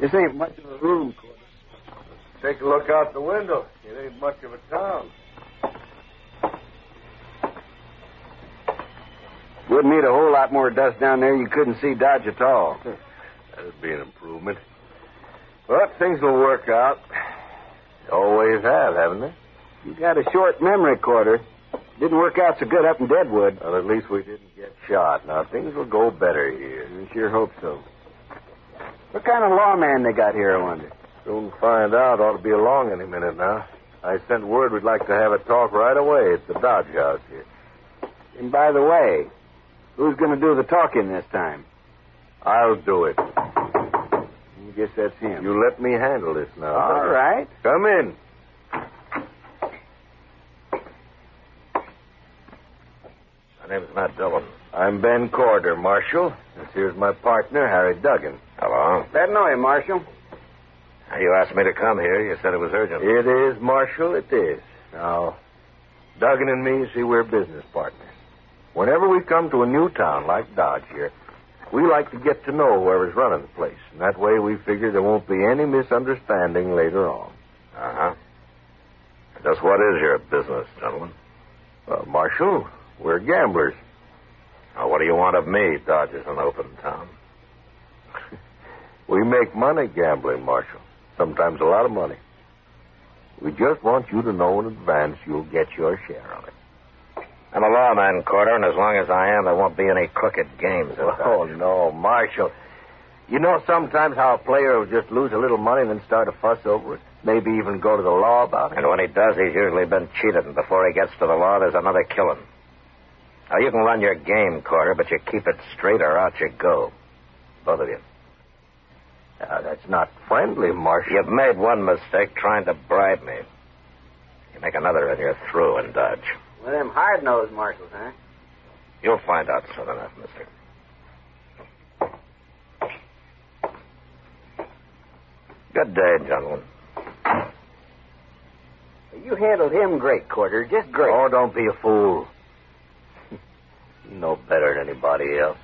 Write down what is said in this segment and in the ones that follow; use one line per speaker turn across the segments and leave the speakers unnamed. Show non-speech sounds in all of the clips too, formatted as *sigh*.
This ain't much of a room, Cordy. Take a look out the window. It ain't much of a town. Wouldn't need a whole lot more dust down there. You couldn't see Dodge at all. That'd be an improvement. But things will work out. Always have, haven't they? You got a short memory, Quarter. Didn't work out so good up in Deadwood. Well, at least we didn't get shot. Now things will go better here. We sure hope so. What kind of lawman they got here, I wonder? Soon find out. Ought to be along any minute now. I sent word we'd like to have a talk right away at the Dodge House here. And by the way, who's going to do the talking this time? I'll do it. I guess that's him. You let me handle this now. All right. Come in. My name's Matt Dillon. I'm Ben Corder, Marshal. This here's my partner, Harry Duggan. Hello. That know you, Marshal. You asked me to come here. You said it was urgent. It is, Marshal. It is. Now, Duggan and me see we're business partners. Whenever we come to a new town like Dodge here, we like to get to know whoever's running the place. And that way we figure there won't be any misunderstanding later on. Uh huh. Just what is your business, gentlemen? Well, Uh, Marshal, we're gamblers. Now, what do you want of me, Dodge is an open town? *laughs* we make money gambling, Marshal. Sometimes a lot of money. We just want you to know in advance you'll get your share of it.
I'm a lawman, Corder, and as long as I am, there won't be any crooked games.
*laughs*
in
Oh,
Dodge.
no, Marshal. You know sometimes how a player will just lose a little money and then start a fuss over it. Maybe even go to the law about it.
And when he does, he's usually been cheated, and before he gets to the law, there's another killing. Now, you can run your game, Corder, but you keep it straight or out you go. Both of you.
Now, that's not friendly, Marshal.
You've made one mistake trying to bribe me. You make another, and you're through in Dodge.
With them hard-nosed marshals, huh?
You'll find out soon enough, mister. Good day, gentlemen.
You handled him great, Quarter. Just great. Oh, don't be a fool. you know better than anybody else.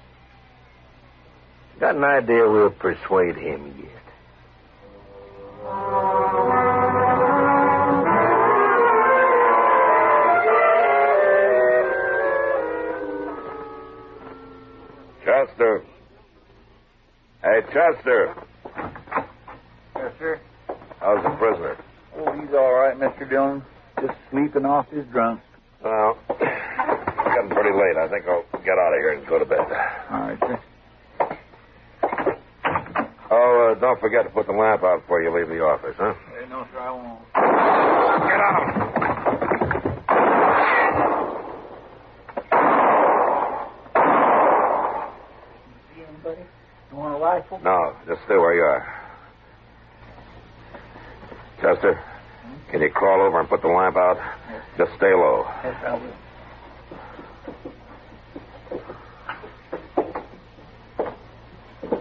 Got an idea we'll persuade him yet.
Chester. Hey, Chester.
Yes, sir.
How's the prisoner?
Oh, he's all right, Mr. Dillon. Just sleeping off his drunk.
*clears throat*
Well, it's getting pretty late. I think I'll get out of here and go to bed.
All right, sir.
Oh, uh, don't forget to put the lamp out before you leave the office, huh?
no, sir, I won't.
Get out!
See anybody? You want a rifle?
No, just stay where you are. Chester, can you crawl over and put the lamp out? Just stay low.
Yes, I will.
Ah,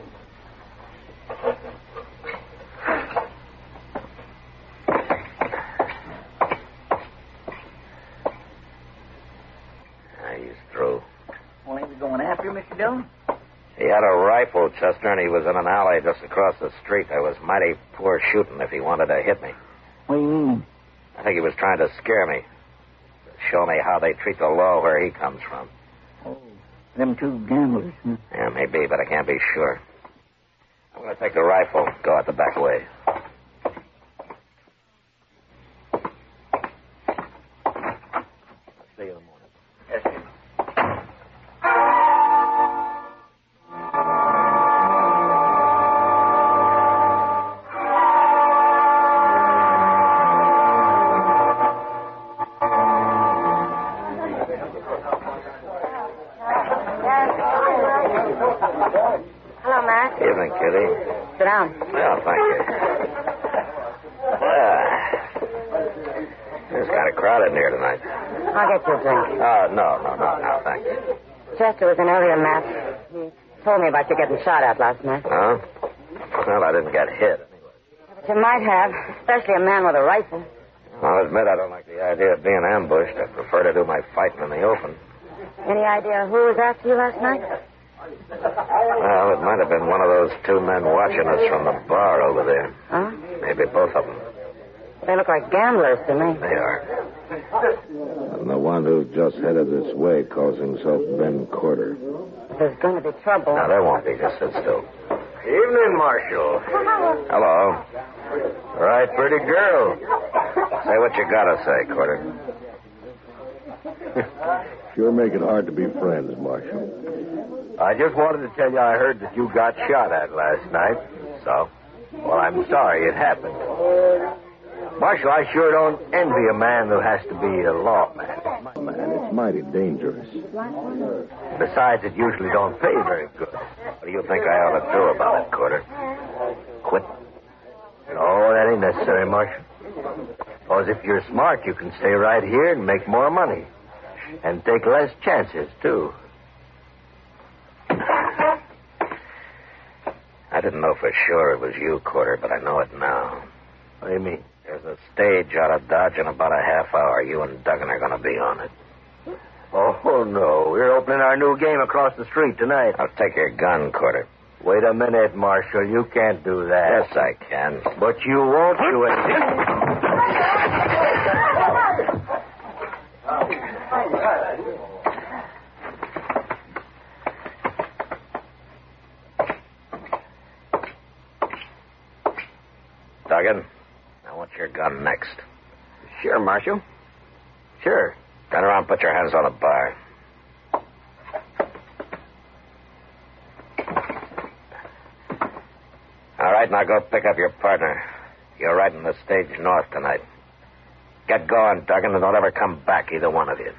He's through.
Ah,
Well, he was going after me, Mr. Dillon?
He had a rifle, Chester, and he was in an alley just across the street. There was mighty poor shooting if he wanted to hit me.
What do you mean?
I think he was trying to scare me. Show me how they treat the law where he comes from.
Oh, them two gamblers. Huh?
Yeah, maybe, but I can't be sure. I'm going to take the rifle, go out the back way. See you in the morning.
Yes, sir.
Hello, Matt.
Evening, Kitty.
Sit down.
Well, thank you. Well, it's kind of crowded in here tonight.
I'll get you a drink.
Oh, no, no, no, no, thank you.
Chester was in earlier, Matt. He told me about you getting shot at last night.
Huh? Well, I didn't get hit.
But you might have, especially a man with a rifle.
I'll admit I don't like the idea of being ambushed. I prefer to do my fighting in the open.
Any idea who was after you last night?
Well, it might have been one of those two men watching us from the bar over there.
Huh?
Maybe both of them.
They look like gamblers to me.
They are. And the one who just headed this way calls himself Ben Quarter.
There's going to be trouble.
Now, there won't be. Just sit still.
Evening, Marshal.
Hello. Right, pretty girl. Say what you gotta say, Quarter.
*laughs* Sure make it hard to be friends, Marshal.
I just wanted to tell you I heard that you got shot at last night. So? Well, I'm sorry it happened. Marshal, I sure don't envy a man who has to be a lawman.
Man, it's mighty dangerous.
Besides, it usually don't pay very good.
What do you think I ought to do about it, Quarter? Quit?
No, that ain't necessary, Marshal. Because if you're smart, you can stay right here and make more money. And take less chances, too.
I didn't know for sure it was you, Quarter, but I know it now.
What do you mean?
There's a stage out of Dodge in about a half hour. You and Duggan are going to be on it.
Oh, no. We're opening our new game across the street tonight.
I'll take your gun, Quarter.
Wait a minute, Marshal. You can't do that.
Yes, I can.
But you won't do it.
*laughs* Duggan, I want your gun next.
Sure, Marshal. Sure.
Turn around, put your hands on the bar. All right, now go pick up your partner. You're riding the stage north tonight. Get going, Duggan, and don't ever come back, either one of you.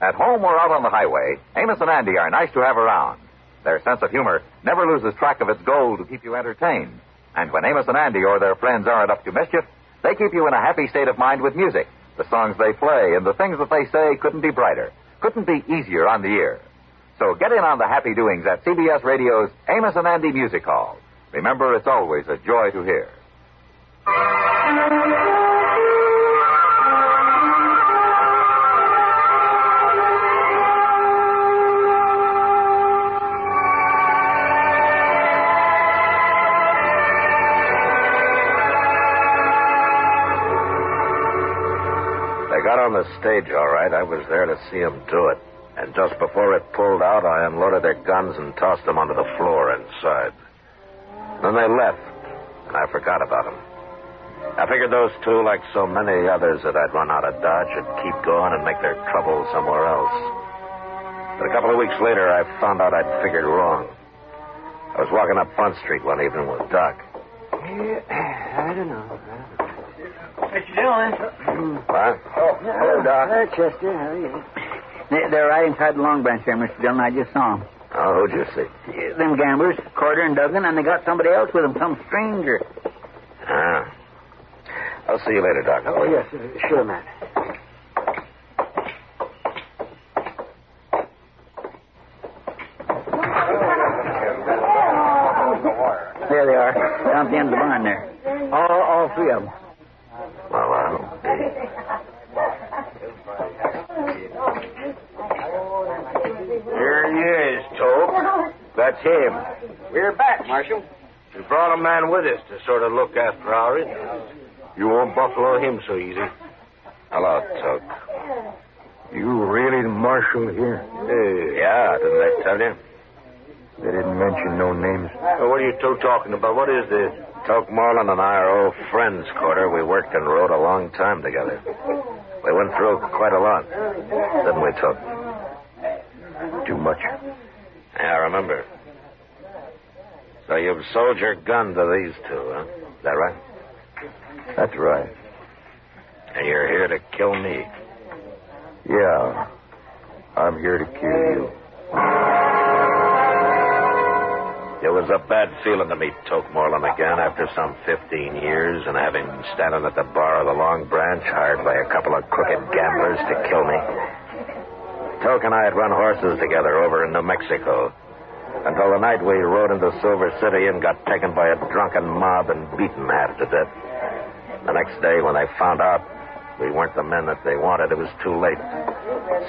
At home or out on the highway, Amos and Andy are nice to have around. Their sense of humor never loses track of its goal to keep you entertained. And when Amos and Andy or their friends aren't up to mischief, they keep you in a happy state of mind with music. The songs they play and the things that they say couldn't be brighter, couldn't be easier on the ear. So get in on the happy doings at CBS Radio's Amos and Andy Music Hall. Remember, it's always a joy to hear.
They got on the stage, all right. I was there to see 'em do it. And just before it pulled out, I unloaded their guns and tossed them onto the floor inside. Then they left, and I forgot about 'em. I figured those two, like so many others that I'd run out of Dodge, would keep going and make their trouble somewhere else. But a couple of weeks later, I found out I'd figured wrong. I was walking up Front Street one evening with Doc.
I don't know.
Mr. Dillon.
What?
Oh, hello, Doc.
Hi, Chester. How are you?
They're right inside the Long Branch there, Mr. Dillon. I just saw them.
Oh, who'd you see?
Them gamblers, Carter and Duggan, and they got somebody else with them, some stranger.
Ah. I'll see you later, Doc.
Oh, yes.
uh,
Sure, Matt. There they are, down at the end of the barn there. All, all three of them.
Well,
*laughs*
I'll be.
Here he is, Tobe. That's him. We're back, Marshal.
We brought a man with us to sort of look after our interests. You won't buffalo him so easy. Hello, Tuck.
You really the marshal here?
Hey, Eh, yeah, didn't I tell you?
They didn't mention no names.
Well, what are you two talking about? What is this? Toke Marlin and I are old friends, Carter. We worked and rode a long time together. We went through quite a lot. Didn't we, Toke?
Too much.
Yeah, I remember. So you've sold your gun to these two, huh? Is that right?
That's right.
And you're here to kill me.
Yeah. I'm here to kill you.
It was a bad feeling to meet Toke Moreland again after some 15 years and have him standing at the bar of the Long Branch, hired by a couple of crooked gamblers to kill me. Toke and I had run horses together over in New Mexico until the night we rode into Silver City and got taken by a drunken mob and beaten half to death. The next day, when they found out we weren't the men that they wanted, it was too late.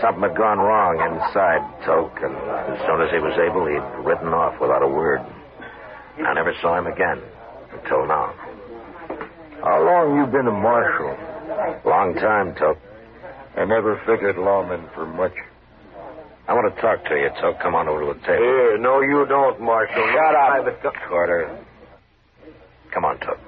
Something had gone wrong inside Toke, and as soon as he was able, he'd ridden off without a word. I never saw him again until now.
How long you been a marshal?
Long time, Toke.
I never figured lawmen for much.
I want to talk to you, Toke. Come on over to the table.
Here, no, you don't, Marshal.
Shut up, Private Carter. Come on, Toke.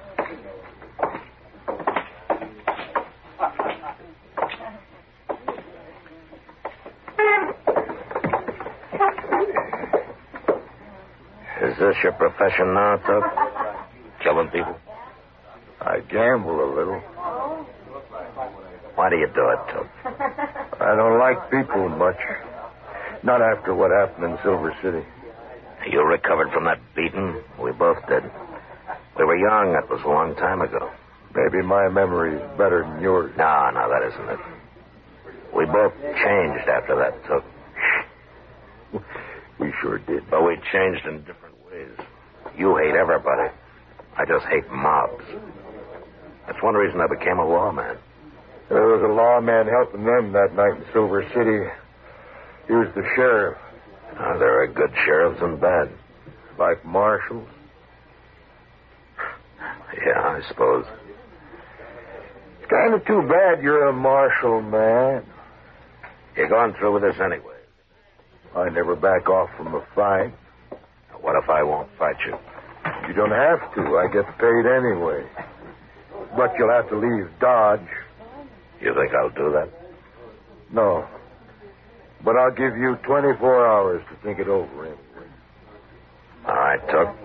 Is this your profession now, Took? Killing people?
I gamble a little.
Why do you do it, Took?
I don't like people much. Not after what happened in Silver City.
You recovered from that beating? We both did. We were young. That was a long time ago.
Maybe my memory's better than yours.
No, no, that isn't it. We both changed after that, Took.
We sure did.
But we changed in different ways. You hate everybody. I just hate mobs. That's one reason I became a lawman.
There was a lawman helping them that night in Silver City. He was the sheriff, Ah,
Now, there are good sheriffs and bad.
like marshals.
Yeah, I suppose.
It's kind of too bad you're a marshal, man.
You're going through with this anyway.
I never back off from a fight.
Now, What if I won't fight you?
You don't have to. I get paid anyway. But you'll have to leave Dodge.
You think I'll do that?
No. But I'll give you 24 hours to think it over anyway.
All right, Tuck.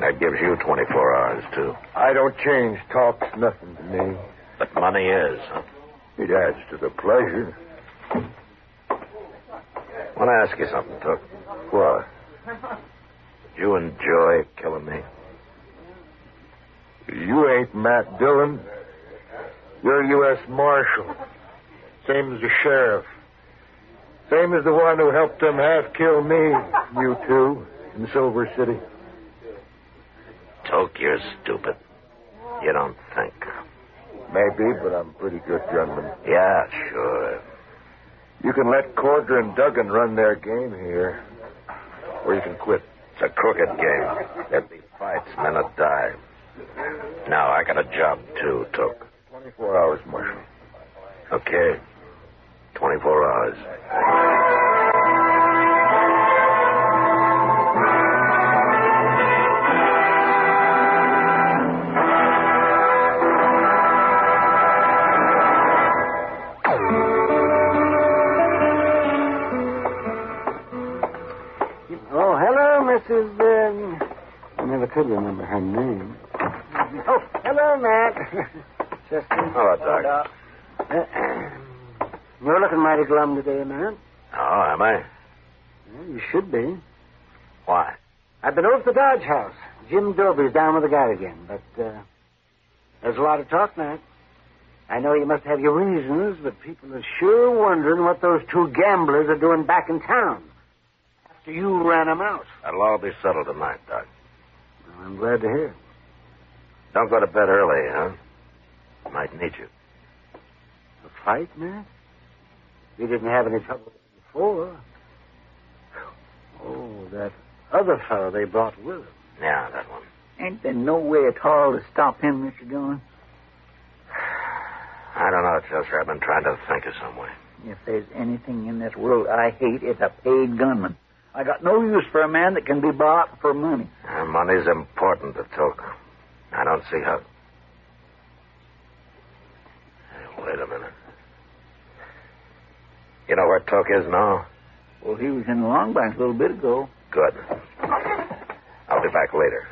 That gives you 24 hours, too.
I don't change. Talk's nothing to me.
But money is, huh?
It adds to the pleasure.
I want to ask you something, Tuck.
What?
Did you enjoy killing me?
You ain't Matt Dillon. You're U.S. Marshal. Same as the sheriff. Same as the one who helped them half kill me, you two, in Silver City.
Toke, you're stupid. You don't think.
Maybe, but I'm a pretty good gunman.
Yeah, sure.
You can let Corder and Duggan run their game here, or you can quit.
It's a crooked game. There'll be fights, men will die. Now, I got a job, too, Took.
24 hours, Marshal.
Okay. 24 hours.
Oh, hello, Mrs. Um, I never could remember her name. Oh, hello, Matt. *laughs* Chester.
Hello, Doc.
You're looking mighty glum today, Matt.
Oh, am I?
Well, you should be.
Why?
I've been over to the Dodge House. Jim Dobie's down with the guy again, but uh, there's a lot of talk, Matt. I know you must have your reasons, but people are sure wondering what those two gamblers are doing back in town after you ran 'em out.
That'll all be settled tonight, Doc.
Well, I'm glad to hear it.
Don't go to bed early, huh? Might need you.
A fight, Matt? You didn't have any trouble with him before. Oh, that other fellow they brought with them.
Yeah, that one.
Ain't there no way at all to stop him, Mr. Dillon?
I don't know, Chester. I've been trying to think of some way.
If there's anything in this world I hate, it's a paid gunman. I got no use for a man that can be bought for money.
Uh, money's important to Toke. I don't see how. Hey, wait a minute. You know where Toke is now?
Well, he was in Longbank a little bit ago.
Good. I'll be back later.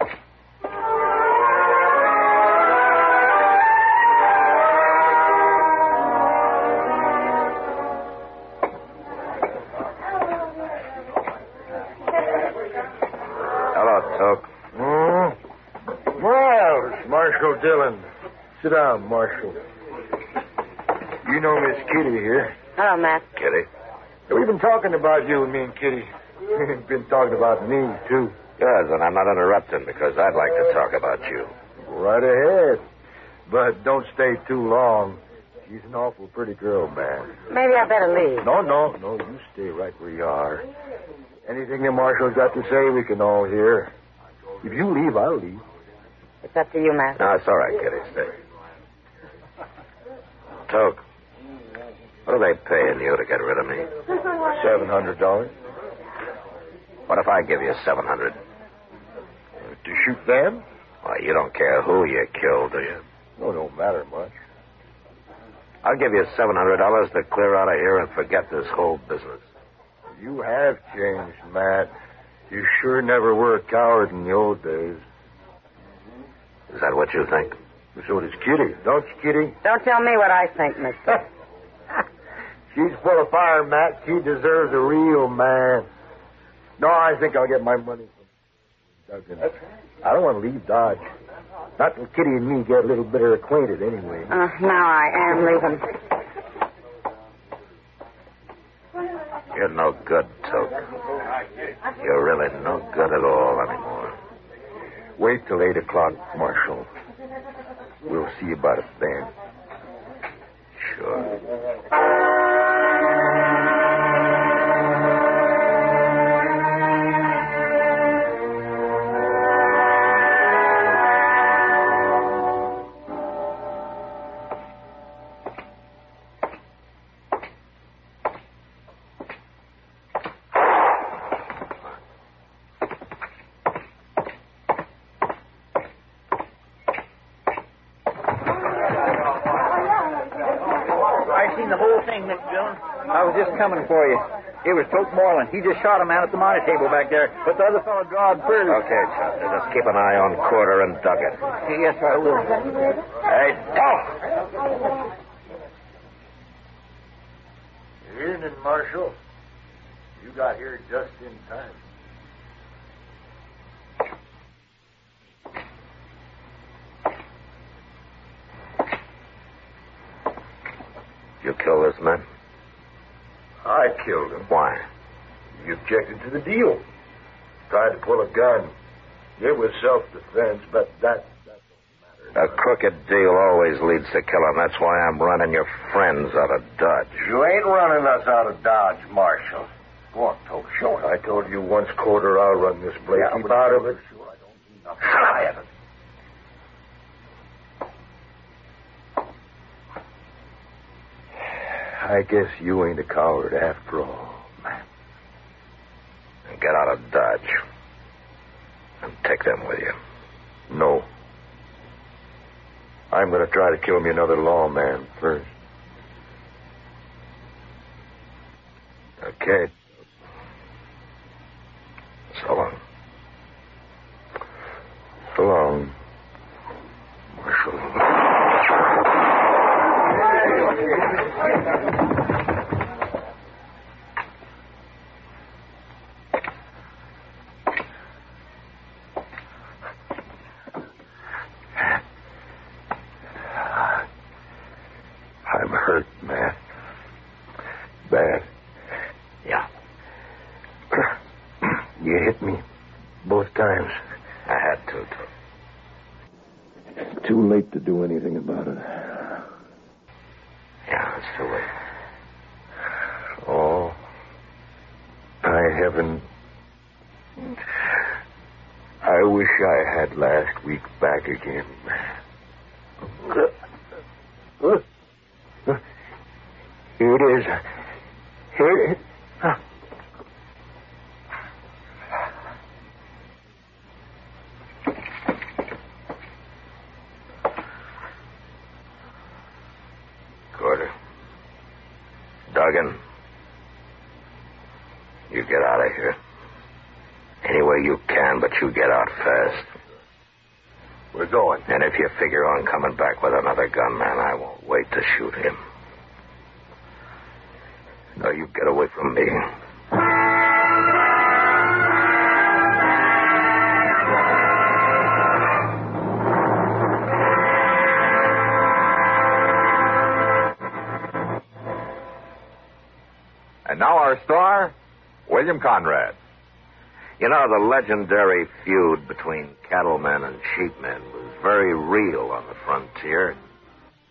Hello, Toke.
Hmm? Miles, Marshal Dillon. Sit down, Marshal. You know Miss Kitty here.
Hello, Matt.
Kitty.
We've been talking about you, me and Kitty. *laughs* We've been talking about me, too.
Good, and I'm not interrupting because I'd like to talk about you.
Right ahead. But don't stay too long. She's an awful pretty girl, man.
Maybe I better leave.
No, no, no. You stay right where you are. Anything the marshal's got to say, we can all hear. If you leave, I'll leave.
It's up to you, Matt.
No, it's all right, Kitty. Stay. Toke, what are they paying you to get rid of me?
Seven hundred dollars
What if I give you seven hundred?
to shoot them.
Why, you don't care who you kill, do you?
No, don't matter much.
I'll give you seven hundred dollars to clear out of here and forget this whole business.
You have changed, Matt. You sure never were a coward in the old days.
Is that what you think?
So does Kitty, don't you, Kitty?
Don't tell me what I think, mister.
She's full of fire, Matt. She deserves a real Oh, man. No, I think I'll get my money from Duggan. I don't want to leave Dodge. Not till Kitty and me get a little better acquainted, anyway.
Uh, now I am leaving.
You're no good, Toke. You're really no good at all anymore.
Wait till 8 o'clock, Marshal. We'll see about it then.
Sure.
I seen the whole thing, Mr. Dillon. I was just coming for you. It was Tote Moreland. He just shot a man at the money table back there, but the other fellow drawed first.
Okay, Chester, just keep an eye on Quarter and Duggan.
Yes, I will.
Hey, Toke!
Evening, Marshal. You got here just in time.
You kill this man?
I killed him.
Why?
You objected to the deal. Tried to pull a gun. It was self-defense, but that... that
A crooked deal always leads to killing. That's why I'm running your friends out of Dodge.
You ain't running us out of Dodge, Marshal. Go on, Toke, show it. I told you once quarter I'll run this place. Keep out of it. Sure, I don't mean nothing. Out of it. I guess you ain't a coward after all.
And get out of Dodge. And take them with you.
No. I'm going to try to kill me another lawman first.
Okay. So long.
So long. I'm hurt, Matt. Bad.
*clears throat* Yeah.
You hit me both times.
I had to, Tony.
Too late to do anything about it.
Yeah, it's too late. Oh, by heaven. I wish I had last week back again. Here it is. Here it is. Carter. Duggan. You get out of here. Any way you can, but you get out fast. We're going. And if you figure on coming back with another gunman, I won't wait to shoot him. No, you get away from me.
And now our star, William Conrad.
You know, the legendary feud between cattlemen and sheepmen was very real on the frontier.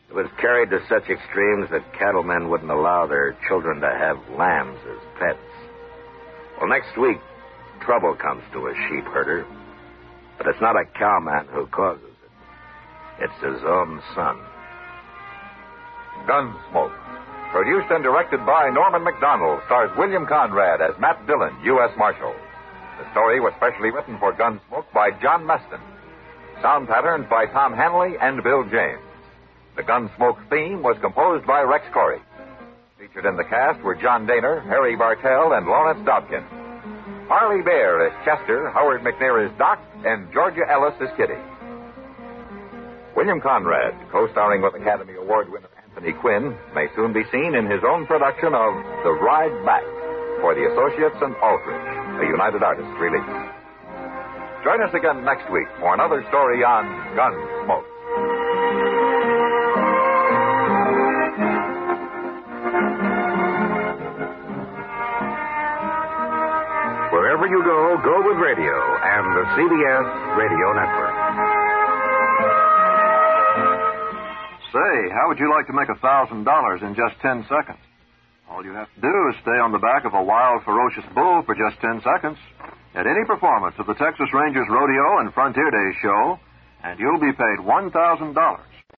It was carried to such extremes that cattlemen wouldn't allow their children to have lambs as pets. Well, next week, trouble comes to a sheep herder. But it's not a cowman who causes it, it's his own son.
Gunsmoke. Produced and directed by Norman McDonald, stars William Conrad as Matt Dillon, U.S. Marshal. The story was specially written for Gunsmoke by John Meston. Sound patterns by Tom Hanley and Bill James. The Gunsmoke theme was composed by Rex Corey. Featured in the cast were John Daner, Harry Bartell, and Lawrence Dobkin. Harley Bear is Chester, Howard McNair is Doc, and Georgia Ellis is Kitty. William Conrad, co-starring with Academy Award winner Anthony Quinn, may soon be seen in his own production of The Ride Back for the Associates and Aldrich, a United Artists release. Join us again next week for another story on Gunsmoke.
Wherever you go, go with radio and the CBS Radio Network.
Say, how would you like to make a thousand dollars in just ten seconds? All you have to do is stay on the back of a wild, ferocious bull for just ten seconds at any performance of the Texas Rangers Rodeo and Frontier Days show, and you'll be paid one thousand dollars.